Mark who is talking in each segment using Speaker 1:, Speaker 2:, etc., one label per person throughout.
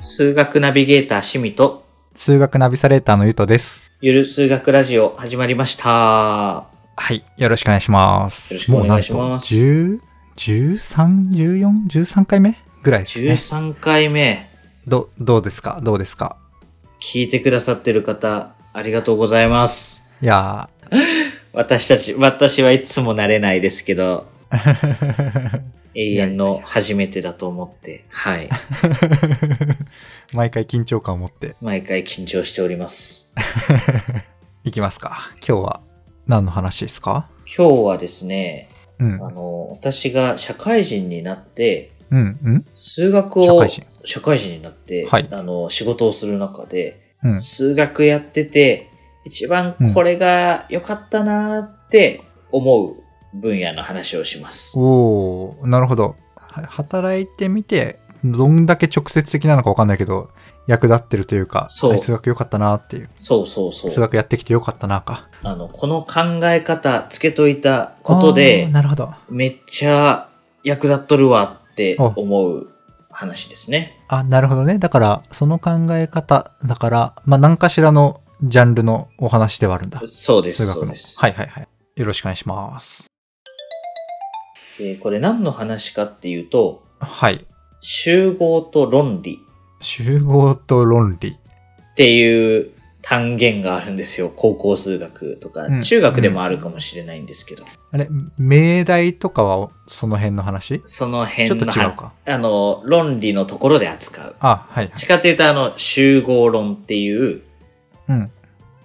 Speaker 1: 数学ナビゲーター趣味と、
Speaker 2: 数学ナビサレーターのゆとです。
Speaker 1: ゆる数学ラジオ始まりました。
Speaker 2: はい。よろしくお願いします。
Speaker 1: よろしくお願いします
Speaker 2: もうなんと、10、13、14、13回目ぐらいですね。
Speaker 1: 13回目、
Speaker 2: ど、どうですかどうですか
Speaker 1: 聞いてくださってる方、ありがとうございます。
Speaker 2: いや
Speaker 1: 私たち、私はいつも慣れないですけど、
Speaker 2: ー。
Speaker 1: 永遠の初めてだと思って、はい。
Speaker 2: 毎回緊張感を持って
Speaker 1: 毎回緊張しております。
Speaker 2: いきますか。今日は何の話ですか
Speaker 1: 今日はですね、
Speaker 2: うん。
Speaker 1: あの、私が社会人になって、
Speaker 2: うん、うん
Speaker 1: 数学を、
Speaker 2: 社会人
Speaker 1: 社会人になって、
Speaker 2: はい
Speaker 1: あの、仕事をする中で、
Speaker 2: うん。
Speaker 1: 数学やってて、一番これが良かったなーって思う分野の話をします。
Speaker 2: おー、なるほど。は働いてみて、どんだけ直接的なのかわかんないけど、役立ってるというか、
Speaker 1: そう
Speaker 2: あ数学良かったなっていう。
Speaker 1: そうそうそ
Speaker 2: 数
Speaker 1: う。
Speaker 2: 学やってきて良かったなか。
Speaker 1: あの、この考え方つけといたこと
Speaker 2: あ
Speaker 1: で
Speaker 2: ー、なるほど。
Speaker 1: めっちゃ役立っとるわって思う話ですね。
Speaker 2: あ、なるほどね。だから、その考え方、だから、まあ、何かしらのジャンルのお話ではあるんだ。
Speaker 1: そうです、
Speaker 2: 数
Speaker 1: そ
Speaker 2: 学
Speaker 1: う
Speaker 2: の
Speaker 1: で。す。
Speaker 2: はいはいはい。よろしくお願いします。
Speaker 1: でこれ何の話かっていうと、
Speaker 2: はい。
Speaker 1: 集合と論理
Speaker 2: 集合と論理。
Speaker 1: っていう単元があるんですよ。高校数学とか
Speaker 2: う、ん
Speaker 1: 中学でもあるかもしれないんですけど。
Speaker 2: あれ、命題とかは、その辺の話
Speaker 1: その辺
Speaker 2: ちょっと
Speaker 1: の
Speaker 2: 違うか。
Speaker 1: あの、論理のところで扱う。
Speaker 2: あ、はいはい
Speaker 1: し。かっていうと、あの、集合論っていう、
Speaker 2: うん。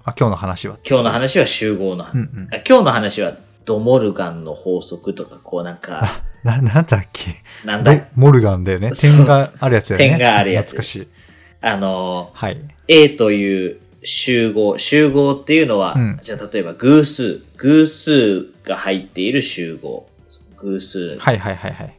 Speaker 2: あ、今日の話は。
Speaker 1: 今日の話は集合の話、
Speaker 2: うんうん。
Speaker 1: 今日の話はドモルガンの法則とか、こうなんか、
Speaker 2: な、なんだっけ
Speaker 1: なん
Speaker 2: ど
Speaker 1: だ、
Speaker 2: モルガンだよね。
Speaker 1: そう
Speaker 2: 点があるやつだよね。
Speaker 1: 点があるやつで
Speaker 2: 懐かしい
Speaker 1: す。。あの、
Speaker 2: はい。
Speaker 1: A という集合、集合っていうのは、
Speaker 2: うん
Speaker 1: じゃあ例えば偶数、偶数が入っている集合。偶数。
Speaker 2: はいはいはいはい。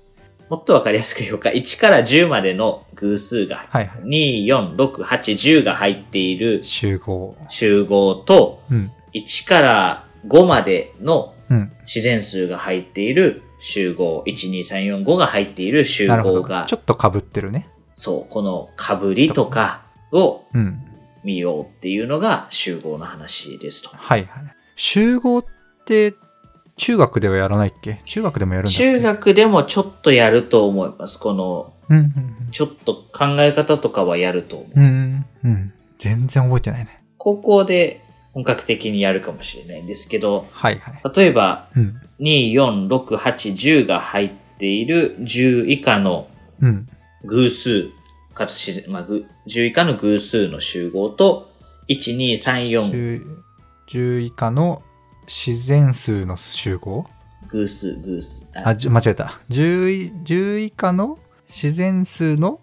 Speaker 1: もっとわかりやすく言おうか、1から10までの偶数が、
Speaker 2: はいはい。
Speaker 1: 2、4、6、8、10が入っている
Speaker 2: 集合。
Speaker 1: 集合と、
Speaker 2: うん。
Speaker 1: 1から5までの
Speaker 2: うん。
Speaker 1: 自然数が入っている集合、12345が入っている集
Speaker 2: なるほ
Speaker 1: 合
Speaker 2: ど。
Speaker 1: が
Speaker 2: ち、ょっと被ってるね。
Speaker 1: そう、このかぶりとかを
Speaker 2: うん。
Speaker 1: 見ようっていうのが集合の話ですと。
Speaker 2: はいはい。集合って、中学ではやらないっけ中学でもやるんだっけ
Speaker 1: 中。学でもちょっとやると思います。この、
Speaker 2: うんうん
Speaker 1: ちょっと考え方とかはやると思う。
Speaker 2: うん。うん。うん。全然覚えてないね。
Speaker 1: 高校で本格的にやるかもしれないんですけど、
Speaker 2: はいはい。
Speaker 1: 例えば、
Speaker 2: うん。
Speaker 1: 2、4、6、8、10が入っている10以下の
Speaker 2: うん。
Speaker 1: 偶数、かつ自然、まあ、ぐ10以下の偶数の集合と、1、2、3、4、
Speaker 2: 10, 10以下の自然数の集合
Speaker 1: 偶数、偶数。あ
Speaker 2: あ、じゅ間違えた。10い、10以下の自然数の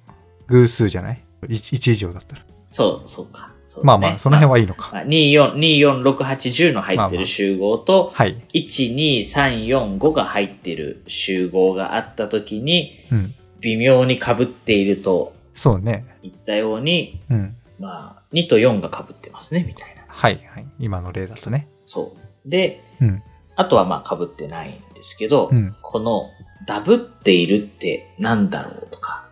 Speaker 2: 偶数じゃない 1, ?1 以上だったら。
Speaker 1: そう、そうか。そう
Speaker 2: ま
Speaker 1: だ
Speaker 2: あ
Speaker 1: ね
Speaker 2: まあ、その辺はいいのか。
Speaker 1: まあ2、4、2、4、6、8、10の入
Speaker 2: ま
Speaker 1: っ
Speaker 2: あ
Speaker 1: て
Speaker 2: まあ
Speaker 1: る集合と、
Speaker 2: はい。
Speaker 1: 1、2、3、4、5が入ってる集合があったときに、
Speaker 2: うん。
Speaker 1: 微妙に被っていると
Speaker 2: そうね。
Speaker 1: 言ったように、
Speaker 2: うん。
Speaker 1: まあ、2と4が被ってますね、みたいな。
Speaker 2: はいはい。今の例だとね。
Speaker 1: そう。で、
Speaker 2: うん。
Speaker 1: あとはまあ被ってないんですけど、
Speaker 2: うん。
Speaker 1: この、ダブっているってなんだろうとか。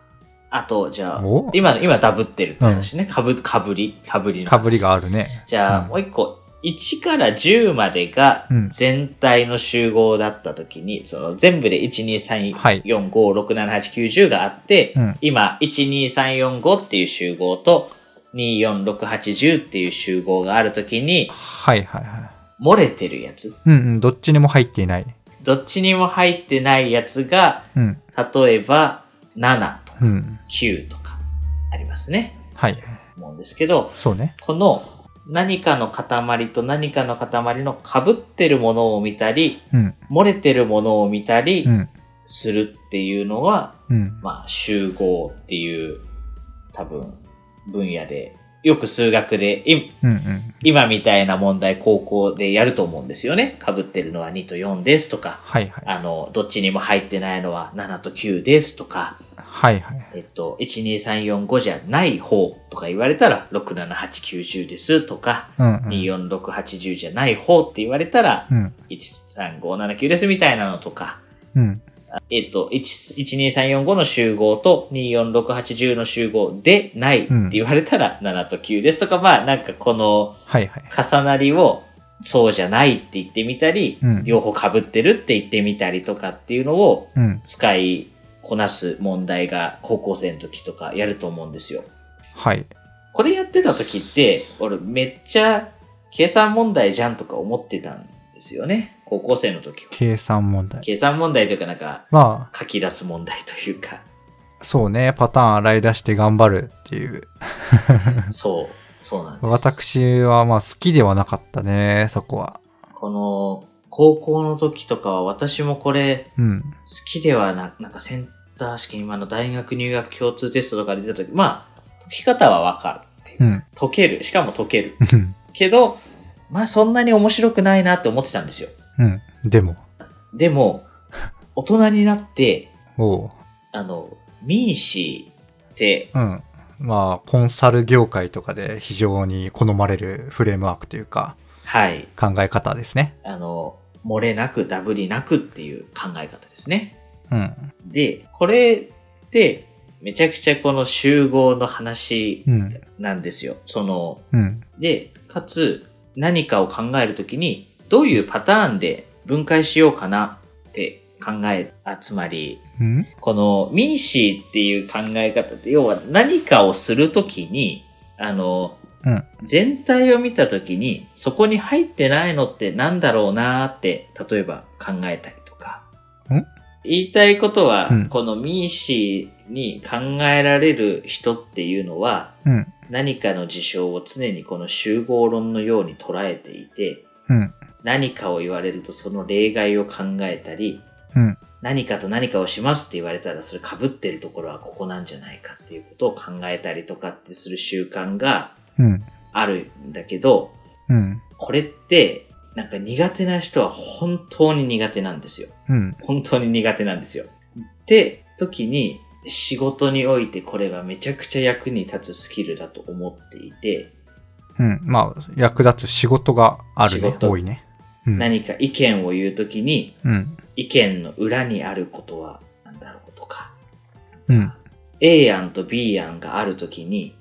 Speaker 1: あと、じゃあ、
Speaker 2: お
Speaker 1: 今の、今ダブってるって話ね。かぶ、かぶり、かぶりの話
Speaker 2: かぶりがあるね。
Speaker 1: じゃあ、
Speaker 2: うん
Speaker 1: もう一個、1から10までが
Speaker 2: うん
Speaker 1: 全体の集合だったときに、その全部で1、2、3、
Speaker 2: はい
Speaker 1: 4、5、6、7、8、9、10があって、
Speaker 2: うん。
Speaker 1: 今、1、2、3、4、5っていう集合と、2、4、6、8、10っていう集合があるときに、
Speaker 2: はいはいはい。
Speaker 1: 漏れてるやつ。
Speaker 2: うんうん、どっちにも入っていない。
Speaker 1: どっちにも入ってないやつが、
Speaker 2: うん、
Speaker 1: 例えば、7とか
Speaker 2: うん。
Speaker 1: 9とかありますね。
Speaker 2: はい。
Speaker 1: 思うんですけど、
Speaker 2: そうね。
Speaker 1: この何かの塊と何かの塊の被ってるものを見たり、
Speaker 2: うん、
Speaker 1: 漏れてるものを見たり
Speaker 2: うん、
Speaker 1: するっていうのは、
Speaker 2: うん。
Speaker 1: まあ集合っていう多分分野で、よく数学で、い
Speaker 2: うん、うん。
Speaker 1: 今みたいな問題高校でやると思うんですよね。被ってるのは2と4ですとか、
Speaker 2: はいはい。
Speaker 1: あの、どっちにも入ってないのは7と9ですとか、
Speaker 2: はいはい。
Speaker 1: えっと、12345じゃない方とか言われたら、678910ですとか、
Speaker 2: うん、うん。
Speaker 1: 24680じゃない方って言われたら、
Speaker 2: うん、
Speaker 1: 13579ですみたいなのとか、
Speaker 2: うん。
Speaker 1: えっと、1 12345の集合と24680の集合でないって言われたら7と9ですとか、まあなんかこの
Speaker 2: はいはい。
Speaker 1: 重なりをそうじゃないって言ってみたり、
Speaker 2: うん
Speaker 1: 両方被ってるって言ってみたりとかっていうのを
Speaker 2: うん。
Speaker 1: 使いこなす問題が高校生の時とかやると思うんですよ。
Speaker 2: はい。
Speaker 1: これやってた時って、俺めっちゃ計算問題じゃんとか思ってたんですよね。高校生の時は。
Speaker 2: 計算問題。
Speaker 1: 計算問題というかなんか
Speaker 2: ま
Speaker 1: 書き出す問題というか。
Speaker 2: あ、そうね。パターン洗い出して頑張るっていう。
Speaker 1: そう。そうなんです。。
Speaker 2: 私はまあ好きではなかったね、そこは。
Speaker 1: この高校の時とかは私もこれ
Speaker 2: うん。
Speaker 1: 好きではな、なんかセンター試験今の大学入学共通テストとかで出た時、まあ解き方はわかるっていうう。
Speaker 2: ん。
Speaker 1: 解ける。しかも解ける。
Speaker 2: うん
Speaker 1: けど、まあそんなに面白くないなって思ってたんですよ。
Speaker 2: うん。 でも。
Speaker 1: でも、大人になって、
Speaker 2: おう。
Speaker 1: あの、ミーシーって、
Speaker 2: うん。まあ、コンサル業界とかで非常に好まれるフレームワークというか、
Speaker 1: はい、
Speaker 2: 考え方ですね。
Speaker 1: あの、漏れなく、ダブりなくっていう考え方ですね。
Speaker 2: うん。
Speaker 1: で、これって、めちゃくちゃこの集合の話
Speaker 2: うん。
Speaker 1: なんですよ。その、
Speaker 2: うん。
Speaker 1: で、かつ、何かを考えるときに、どういうパターンで分解しようかなって考え、あつまり、
Speaker 2: うん。
Speaker 1: このミーシーっていう考え方って、要は何かをするときに、あの、
Speaker 2: うん
Speaker 1: 全体を見たときに、そこに入ってないのってなんだろうなーって、例えば考えたりとか。
Speaker 2: ん
Speaker 1: 言いたいことは、
Speaker 2: うん
Speaker 1: このミーシーに考えられる人っていうのは、
Speaker 2: うん。
Speaker 1: 何かの事象を常にこの集合論のように捉えていて、
Speaker 2: うん。
Speaker 1: 何かを言われるとその例外を考えたり、
Speaker 2: うん
Speaker 1: 何かと何かをしますって言われたらそれ被ってるところはここなんじゃないかっていうことを考えたりとかってする習慣が
Speaker 2: うん。
Speaker 1: あるんだけど、
Speaker 2: うん。
Speaker 1: これってなんか苦手な人は本当に苦手なんですよ。
Speaker 2: うん。
Speaker 1: 本当に苦手なんですよ。って時に仕事においてこれがめちゃくちゃ役に立つスキルだと思っていて、
Speaker 2: うん。まあ、役立つ仕事がある
Speaker 1: 仕
Speaker 2: ね。
Speaker 1: 事
Speaker 2: 多いね。うん。
Speaker 1: 何か意見を言う時に
Speaker 2: うん。
Speaker 1: 意見の裏にあることは何だろうとか、
Speaker 2: うん。
Speaker 1: A 案と B 案があるときに、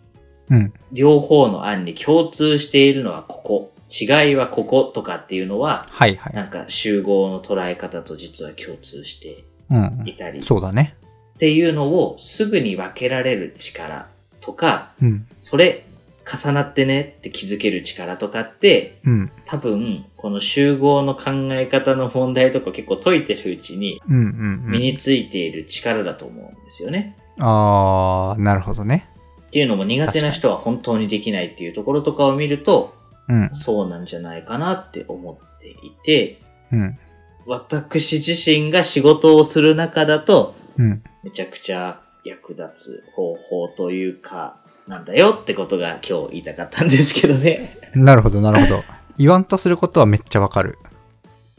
Speaker 2: うん。
Speaker 1: 両方の案に共通しているのはここ、違いはこことかっていうのは、
Speaker 2: はいは。
Speaker 1: ないんか集合の捉え方と実は共通して
Speaker 2: うん
Speaker 1: い。たり、っ
Speaker 2: そうだね。
Speaker 1: ていうのをすぐに分けられる力とか、
Speaker 2: うん。
Speaker 1: それ重なってねって気づける力とかって、
Speaker 2: うん。
Speaker 1: 多分この集合の考え方の問題とか結構解いてるうちに
Speaker 2: うん。うん。う
Speaker 1: 身
Speaker 2: ん。
Speaker 1: についている力だと思うんですよね。
Speaker 2: あー、なるほどね。
Speaker 1: っていうのも苦手な人は本当にできないっていうところとかを見ると、
Speaker 2: うん。
Speaker 1: そうなんじゃないかなって思っていて、
Speaker 2: うん。
Speaker 1: 私自身が仕事をする中だと、
Speaker 2: うん。
Speaker 1: めちゃくちゃ役立つ方法というか、なんだよってことが今日言いたかったんですけどね。
Speaker 2: なるほど、なるほど。言わんとすることはめっちゃわかる。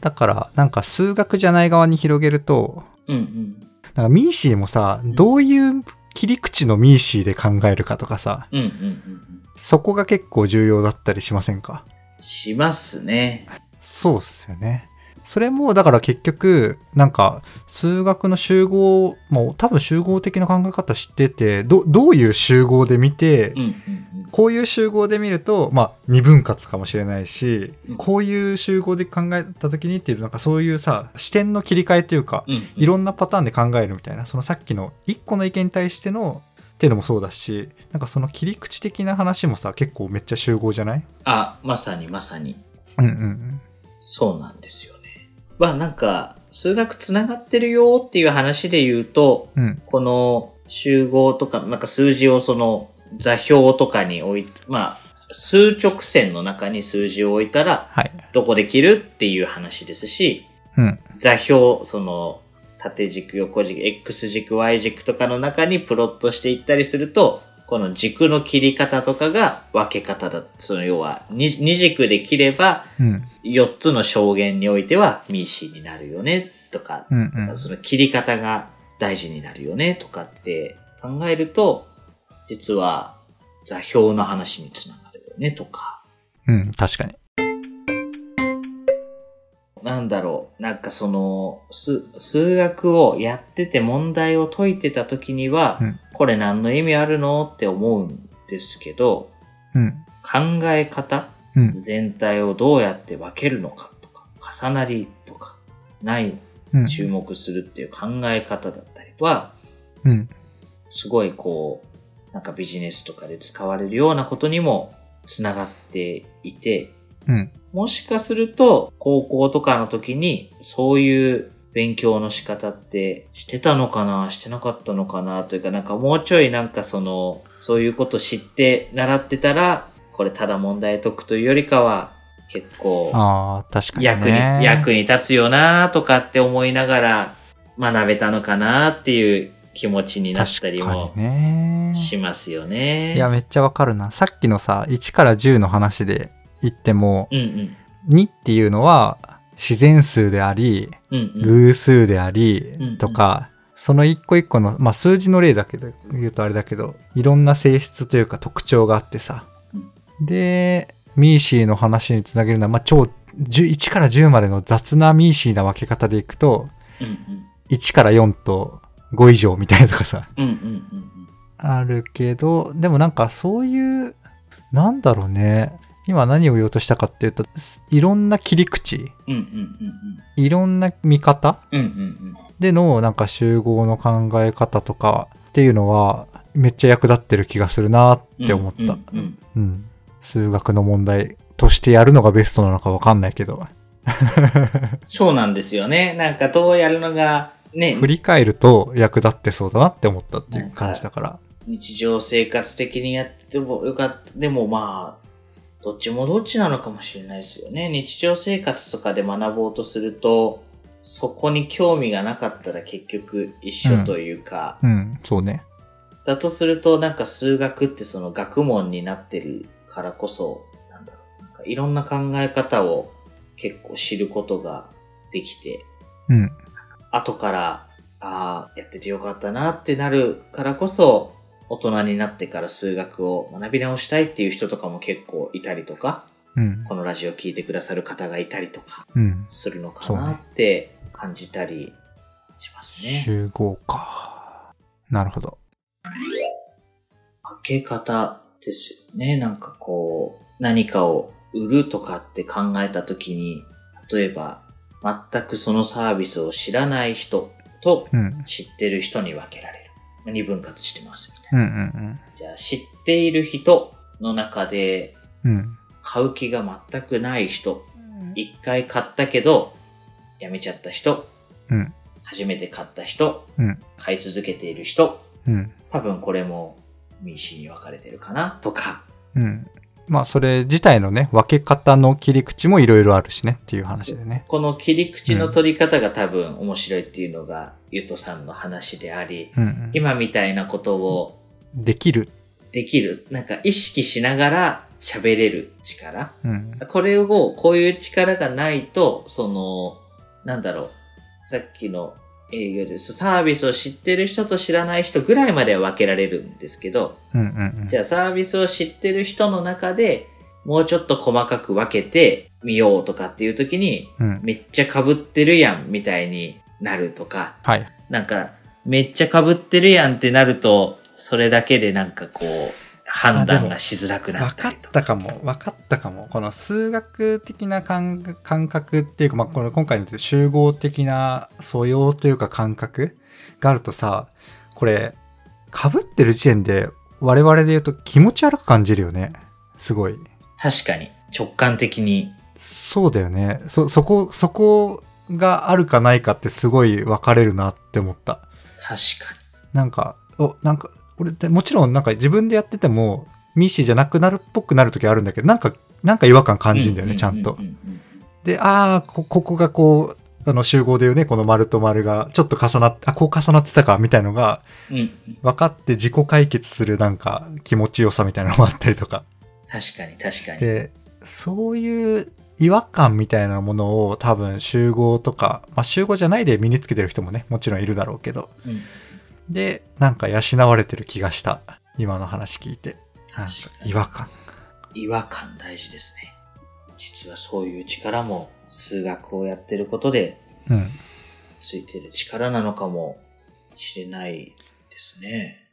Speaker 2: だから、なんか数学じゃない側に広げると、
Speaker 1: うんうん。
Speaker 2: なんかミーシーもさ、どういう切り口のミーシーで考えるかとかさ、
Speaker 1: うんうんうんうん。
Speaker 2: そこが結構重要だったりしませんか
Speaker 1: しますね。
Speaker 2: そうっすよね。それも、だから結局、なんか、数学の集合、もう多分集合的な考え方知ってて、ど、どういう集合で見て
Speaker 1: うん、うん
Speaker 2: こういう集合で見ると、まあ、二分割かもしれないし
Speaker 1: うん、
Speaker 2: こういう集合で考えた時にっていう、なんかそういうさ、視点の切り替えというか、
Speaker 1: うん。うん。
Speaker 2: いろんなパターンで考えるみたいな、そのさっきの一個の意見に対しての、っていうのもそうだし、なんかその切り口的な話もさ、結構めっちゃ集合じゃない
Speaker 1: あ、まさにまさに。
Speaker 2: うんうん
Speaker 1: そうなんですよね。まあなんか、数学つながってるよっていう話で言うと、
Speaker 2: うん。うん。
Speaker 1: この集合とか、なんか数字をその座標とかに置い、まあ、数直線の中に数字を置いたら、
Speaker 2: はい。
Speaker 1: どこで切るっていう話ですし、
Speaker 2: うん。
Speaker 1: 座標、その、縦軸、横軸、X 軸、Y 軸とかの中にプロットしていったりすると、この軸の切り方とかが分け方だ。その要は二二軸で切れば、
Speaker 2: うん。
Speaker 1: 4つの証言においてはミーシーになるよねとか
Speaker 2: う、んうん。
Speaker 1: その切り方が大事になるよねとかって考えると、実は座標の話につながるよねとか。
Speaker 2: うん、確かに。
Speaker 1: なんだろう、なんかその、数数学をやってて問題を解いてた時には、
Speaker 2: うん
Speaker 1: これ何の意味あるのって思うんですけど、
Speaker 2: うん。
Speaker 1: 考え方
Speaker 2: うん。
Speaker 1: 全体をどうやって分けるのかとか、重なりとか、ない
Speaker 2: うん。
Speaker 1: 注目するっていう考え方だったりは、
Speaker 2: うん。
Speaker 1: すごいこう、なんかビジネスとかで使われるようなことにもつながっていて、
Speaker 2: うん。
Speaker 1: もしかすると高校とかの時にそういう勉強の仕方ってしてたのかなしてなかったのかなというかなんかもうちょいなんかそのそういうこと知って習ってたらこれただ問題解くというよりかは結構
Speaker 2: ああ、確かに
Speaker 1: 役に、
Speaker 2: ね。
Speaker 1: 役に
Speaker 2: に。
Speaker 1: 立つよなとかって思いながら学べたのかなっていう気持ちになったり
Speaker 2: 確か
Speaker 1: も
Speaker 2: にね。
Speaker 1: しますよね。
Speaker 2: いや、めっちゃわかるな。さっきのさ、1から10の話で言っても、
Speaker 1: うんうん。
Speaker 2: 2っていうのは自然数であり、
Speaker 1: うんうん。
Speaker 2: 偶数であ
Speaker 1: うんうん
Speaker 2: り、とか、その一個一個の、まあ、数字の例だけど、言うとあれだけど、いろんな性質というか特徴があってさ
Speaker 1: うん。
Speaker 2: で、ミーシーの話につなげるのは、まあ、超、10 1から10までの雑なミーシーな分け方でいくと、
Speaker 1: うん
Speaker 2: 1から4と5以上みたいなとかさ、
Speaker 1: うん。うんうんうん
Speaker 2: あるけど、でもなんかそういう、なんだろうね。今何を言おうとしたかっていうと、いろんな切り口、
Speaker 1: うん。うんうん
Speaker 2: いろんな見方
Speaker 1: うんうん。うんうん
Speaker 2: でのなんか集合の考え方とかっていうのは、めっちゃ役立ってる気がするな
Speaker 1: うん。
Speaker 2: って思った。うん
Speaker 1: うんうん
Speaker 2: 数学の問題としてやるのがベストなのかわかんないけど、
Speaker 1: そうなんですよね。なんかどうやるのが、ね、
Speaker 2: 振り返ると役立ってそうだなって思ったっていう感じだから。
Speaker 1: 日常生活的にやってもよかった。でもまあ、どっちもどっちなのかもしれないですよね。日常生活とかで学ぼうとすると、そこに興味がなかったら結局一緒というか、
Speaker 2: うん、そうね。
Speaker 1: だとするとなんか数学ってその学問になってるからこそ、なんだろう、なんかいろんな考え方を結構知ることができて、
Speaker 2: うん、
Speaker 1: 後から、ああ、やっててよかったなってなるからこそ、大人になってから数学を学び直したいっていう人とかも結構いたりとか、
Speaker 2: うん
Speaker 1: こ、のラジオ聞いてくださる方がいたりとか
Speaker 2: うん。
Speaker 1: するのか
Speaker 2: そう
Speaker 1: な
Speaker 2: ね
Speaker 1: って感じたりしますね。
Speaker 2: 集合か。なるほど。
Speaker 1: 分け方ですよね。なんかこう、何かを売るとかって考えた時に、例えば、全くそのサービスを知らない人と
Speaker 2: うん。
Speaker 1: 知ってる人に分けられる。二分割してますみたいな。
Speaker 2: うんうん
Speaker 1: じゃあ知っている人の中で
Speaker 2: うん。うん。
Speaker 1: 買う気が全くない人、一回買ったけどやめちゃった人、
Speaker 2: うん
Speaker 1: 初めて買った人、
Speaker 2: うん
Speaker 1: 買い続けている人、
Speaker 2: うん。
Speaker 1: 多分これも民主に分かれてるかなとか、
Speaker 2: うん。まあ、それ自体のね、分け方の切り口もいろいろあるしねっていう話でね。
Speaker 1: この切り口の取り方が多分面白いっていうのがゆとさんの話であり、
Speaker 2: うんうん。
Speaker 1: 今みたいなことを
Speaker 2: できる。
Speaker 1: できる、なんか意識しながら喋れる力
Speaker 2: うん。
Speaker 1: これを、こういう力がないと、その、なんだろう、さっきの営業です。サービスを知ってる人と知らない人ぐらいまでは分けられるんですけど、
Speaker 2: うんうんうん。
Speaker 1: じゃあサービスを知ってる人の中でもうちょっと細かく分けてみようとかっていう時に、
Speaker 2: うん。
Speaker 1: めっちゃ被ってるやんみたいになるとか、
Speaker 2: はい。
Speaker 1: なんか、めっちゃ被ってるやんってなると、それだけでなんかこう、判断がしづらくな
Speaker 2: 分
Speaker 1: った
Speaker 2: かっ
Speaker 1: りとか。
Speaker 2: たかも。分かったかも。この数学的な感感覚っていうか、まあ、この今回の集合的な素養というか感覚があるとさ、これ、被ってる時点で我々で言うと気持ち悪く感じるよね。すごい。
Speaker 1: 確かに、直感的に
Speaker 2: そうだよね。そ、そこ、そこがあるかないかってすごい分かれるなって思った。
Speaker 1: 確か
Speaker 2: なんか、お、なんか、俺ってもちろんなんか自分でやってても、ミッシーじゃなくなるっぽくなるときあるんだけど、なんか、なんか違和感感
Speaker 1: に。
Speaker 2: じるんだよね、ちゃんと
Speaker 1: う。ううん
Speaker 2: で、ああ、こ、ここがこう、あの集合でよね、この丸と丸が、ちょっと重なって、あ、こう重なってたか、みたいのが、
Speaker 1: うんうん。うん
Speaker 2: 分かって自己解決するなんか気持ちよさみたいなのもあったりとか。
Speaker 1: 確かに、確かに。
Speaker 2: で、そういう違和感みたいなものを多分集合とか、まあ集合じゃないで身につけてる人もね、もちろんいるだろうけど、
Speaker 1: うん
Speaker 2: で、なんか養われてる気がした。今の話聞いて。なんか
Speaker 1: 確かに
Speaker 2: 違和感。
Speaker 1: 違和感大事ですね。実はそういう力も数学をやってることで
Speaker 2: うん。
Speaker 1: ついてる力なのかもしれないですね。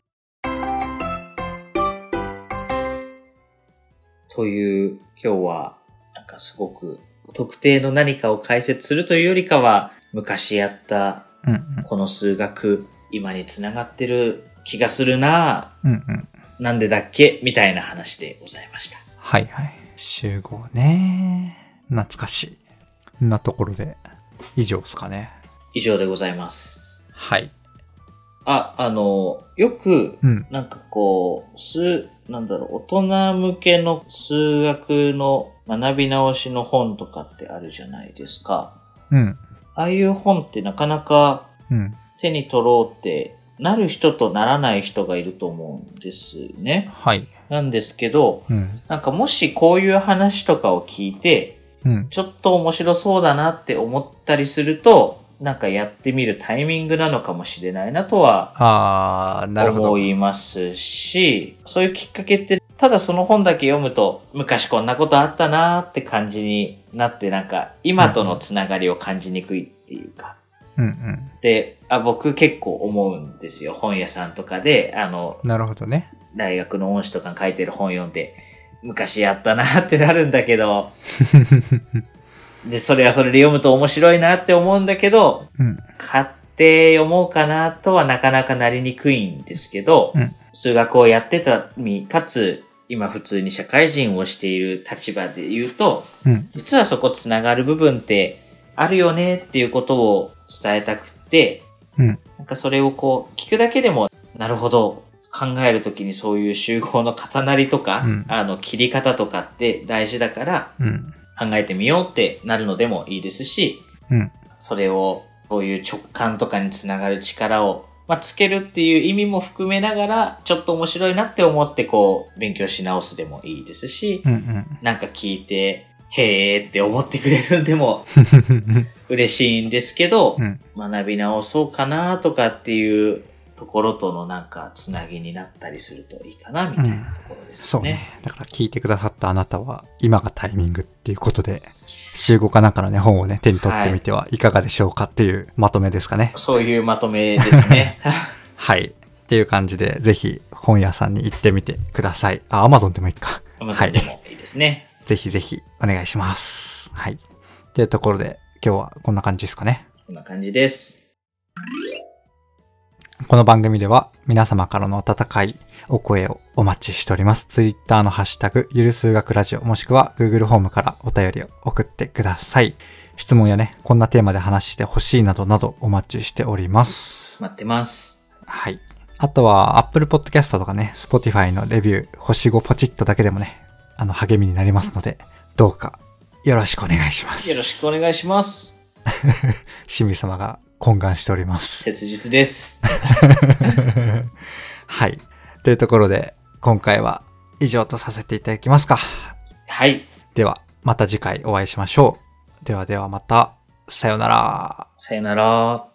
Speaker 1: という、今日は、なんかすごく、特定の何かを解説するというよりかは、昔やった
Speaker 2: うんうん。
Speaker 1: この数学、今につながってる気がするな
Speaker 2: うんうん。
Speaker 1: ぁなんでだっけみたいな話でございました。
Speaker 2: はいはい。集合ね。懐かしい。んなところで、以上ですかね。
Speaker 1: 以上でございます。
Speaker 2: はい。
Speaker 1: あ、あの、よく
Speaker 2: うん。
Speaker 1: なんかこう、数、なんだろう、大人向けの数学の学び直しの本とかってあるじゃないですか。
Speaker 2: うん。
Speaker 1: ああいう本ってなかなか
Speaker 2: うん。
Speaker 1: 手に取ろうって、なる人とならない人がいると思うんですね。
Speaker 2: はい。
Speaker 1: なんですけど、
Speaker 2: うん。
Speaker 1: なんかもしこういう話とかを聞いて、
Speaker 2: うん。
Speaker 1: ちょっと面白そうだなって思ったりすると、なんかやってみるタイミングなのかもしれないなとは
Speaker 2: あー、なるほど
Speaker 1: 思。いますし、そういうきっかけって、ただその本だけ読むと、昔こんなことあったなーって感じになって、なんか、今とのつながりを感じにくいっていうか。
Speaker 2: うんうん。
Speaker 1: で、あ僕結構思うんですよ。本屋さんとかで、あの、
Speaker 2: なるほどね。
Speaker 1: 大学の恩師とかに書いてる本読んで、昔やったなーってなるんだけど、で、それはそれで読むと面白いなって思うんだけど、
Speaker 2: うん。
Speaker 1: 買って読もうかなとはなかなかなりにくいんですけど、
Speaker 2: うん
Speaker 1: 数学をやってた身、かつ今普通に社会人をしている立場で言うと、
Speaker 2: うん。
Speaker 1: 実はそこつながる部分ってあるよねっていうことを伝えたくって、
Speaker 2: うん
Speaker 1: なんかそれをこう聞くだけでも、なるほど、考えるときにそういう集合の重なりとか、
Speaker 2: うん
Speaker 1: あの切り方とかって大事だから
Speaker 2: うん。
Speaker 1: 考えてみようってなるのでもいいですし、
Speaker 2: うん。
Speaker 1: それを、そういう直感とかにつながる力を、まあ、つけるっていう意味も含めながら、ちょっと面白いなって思って、こう、勉強し直すでもいいですし、
Speaker 2: うんうん。
Speaker 1: なんか聞いて、へーって思ってくれるんでも嬉しいんですけど
Speaker 2: う、ん。
Speaker 1: 学び直そうかなとかっていうところとのなんかつなぎになったりするといいかな、みたいなところです
Speaker 2: そ
Speaker 1: よ
Speaker 2: う
Speaker 1: ね。
Speaker 2: ね。だから聞いてくださったあなたは、今がタイミングっていうことで、週5かなんかのね、本をね、手に取ってみてはいかがでしょうかっていうまとめですかね。
Speaker 1: そういうまとめですね。
Speaker 2: はい。っていう感じで、ぜひ本屋さんに行ってみてください。あ、アマゾンでもいいか。
Speaker 1: まさにでもいいですね。
Speaker 2: ぜひぜひお願いします。はい。っていうところで、今日はこんな感じですかね。
Speaker 1: こんな感じです。
Speaker 2: この番組では皆様からの温かいお声をお待ちしております。Twitter のハッシュタグ、ゆる数学ラジオ、もしくは Google ホームからお便りを送ってください。質問やね、こんなテーマで話してほしいなどなどお待ちしております。
Speaker 1: 待ってます。
Speaker 2: はい。あとは Apple Podcast とかね、Spotify のレビュー、星5ポチッとだけでもね、あの、励みになりますので、どうかよろしくお願いします。
Speaker 1: よろしくお願いします。
Speaker 2: 清水様が懇願しております。
Speaker 1: 切実です。
Speaker 2: はい。というところで、今回は以上とさせていただきますか。
Speaker 1: はい。
Speaker 2: では、また次回お会いしましょう。ではではまた、さようなら。
Speaker 1: さよなら。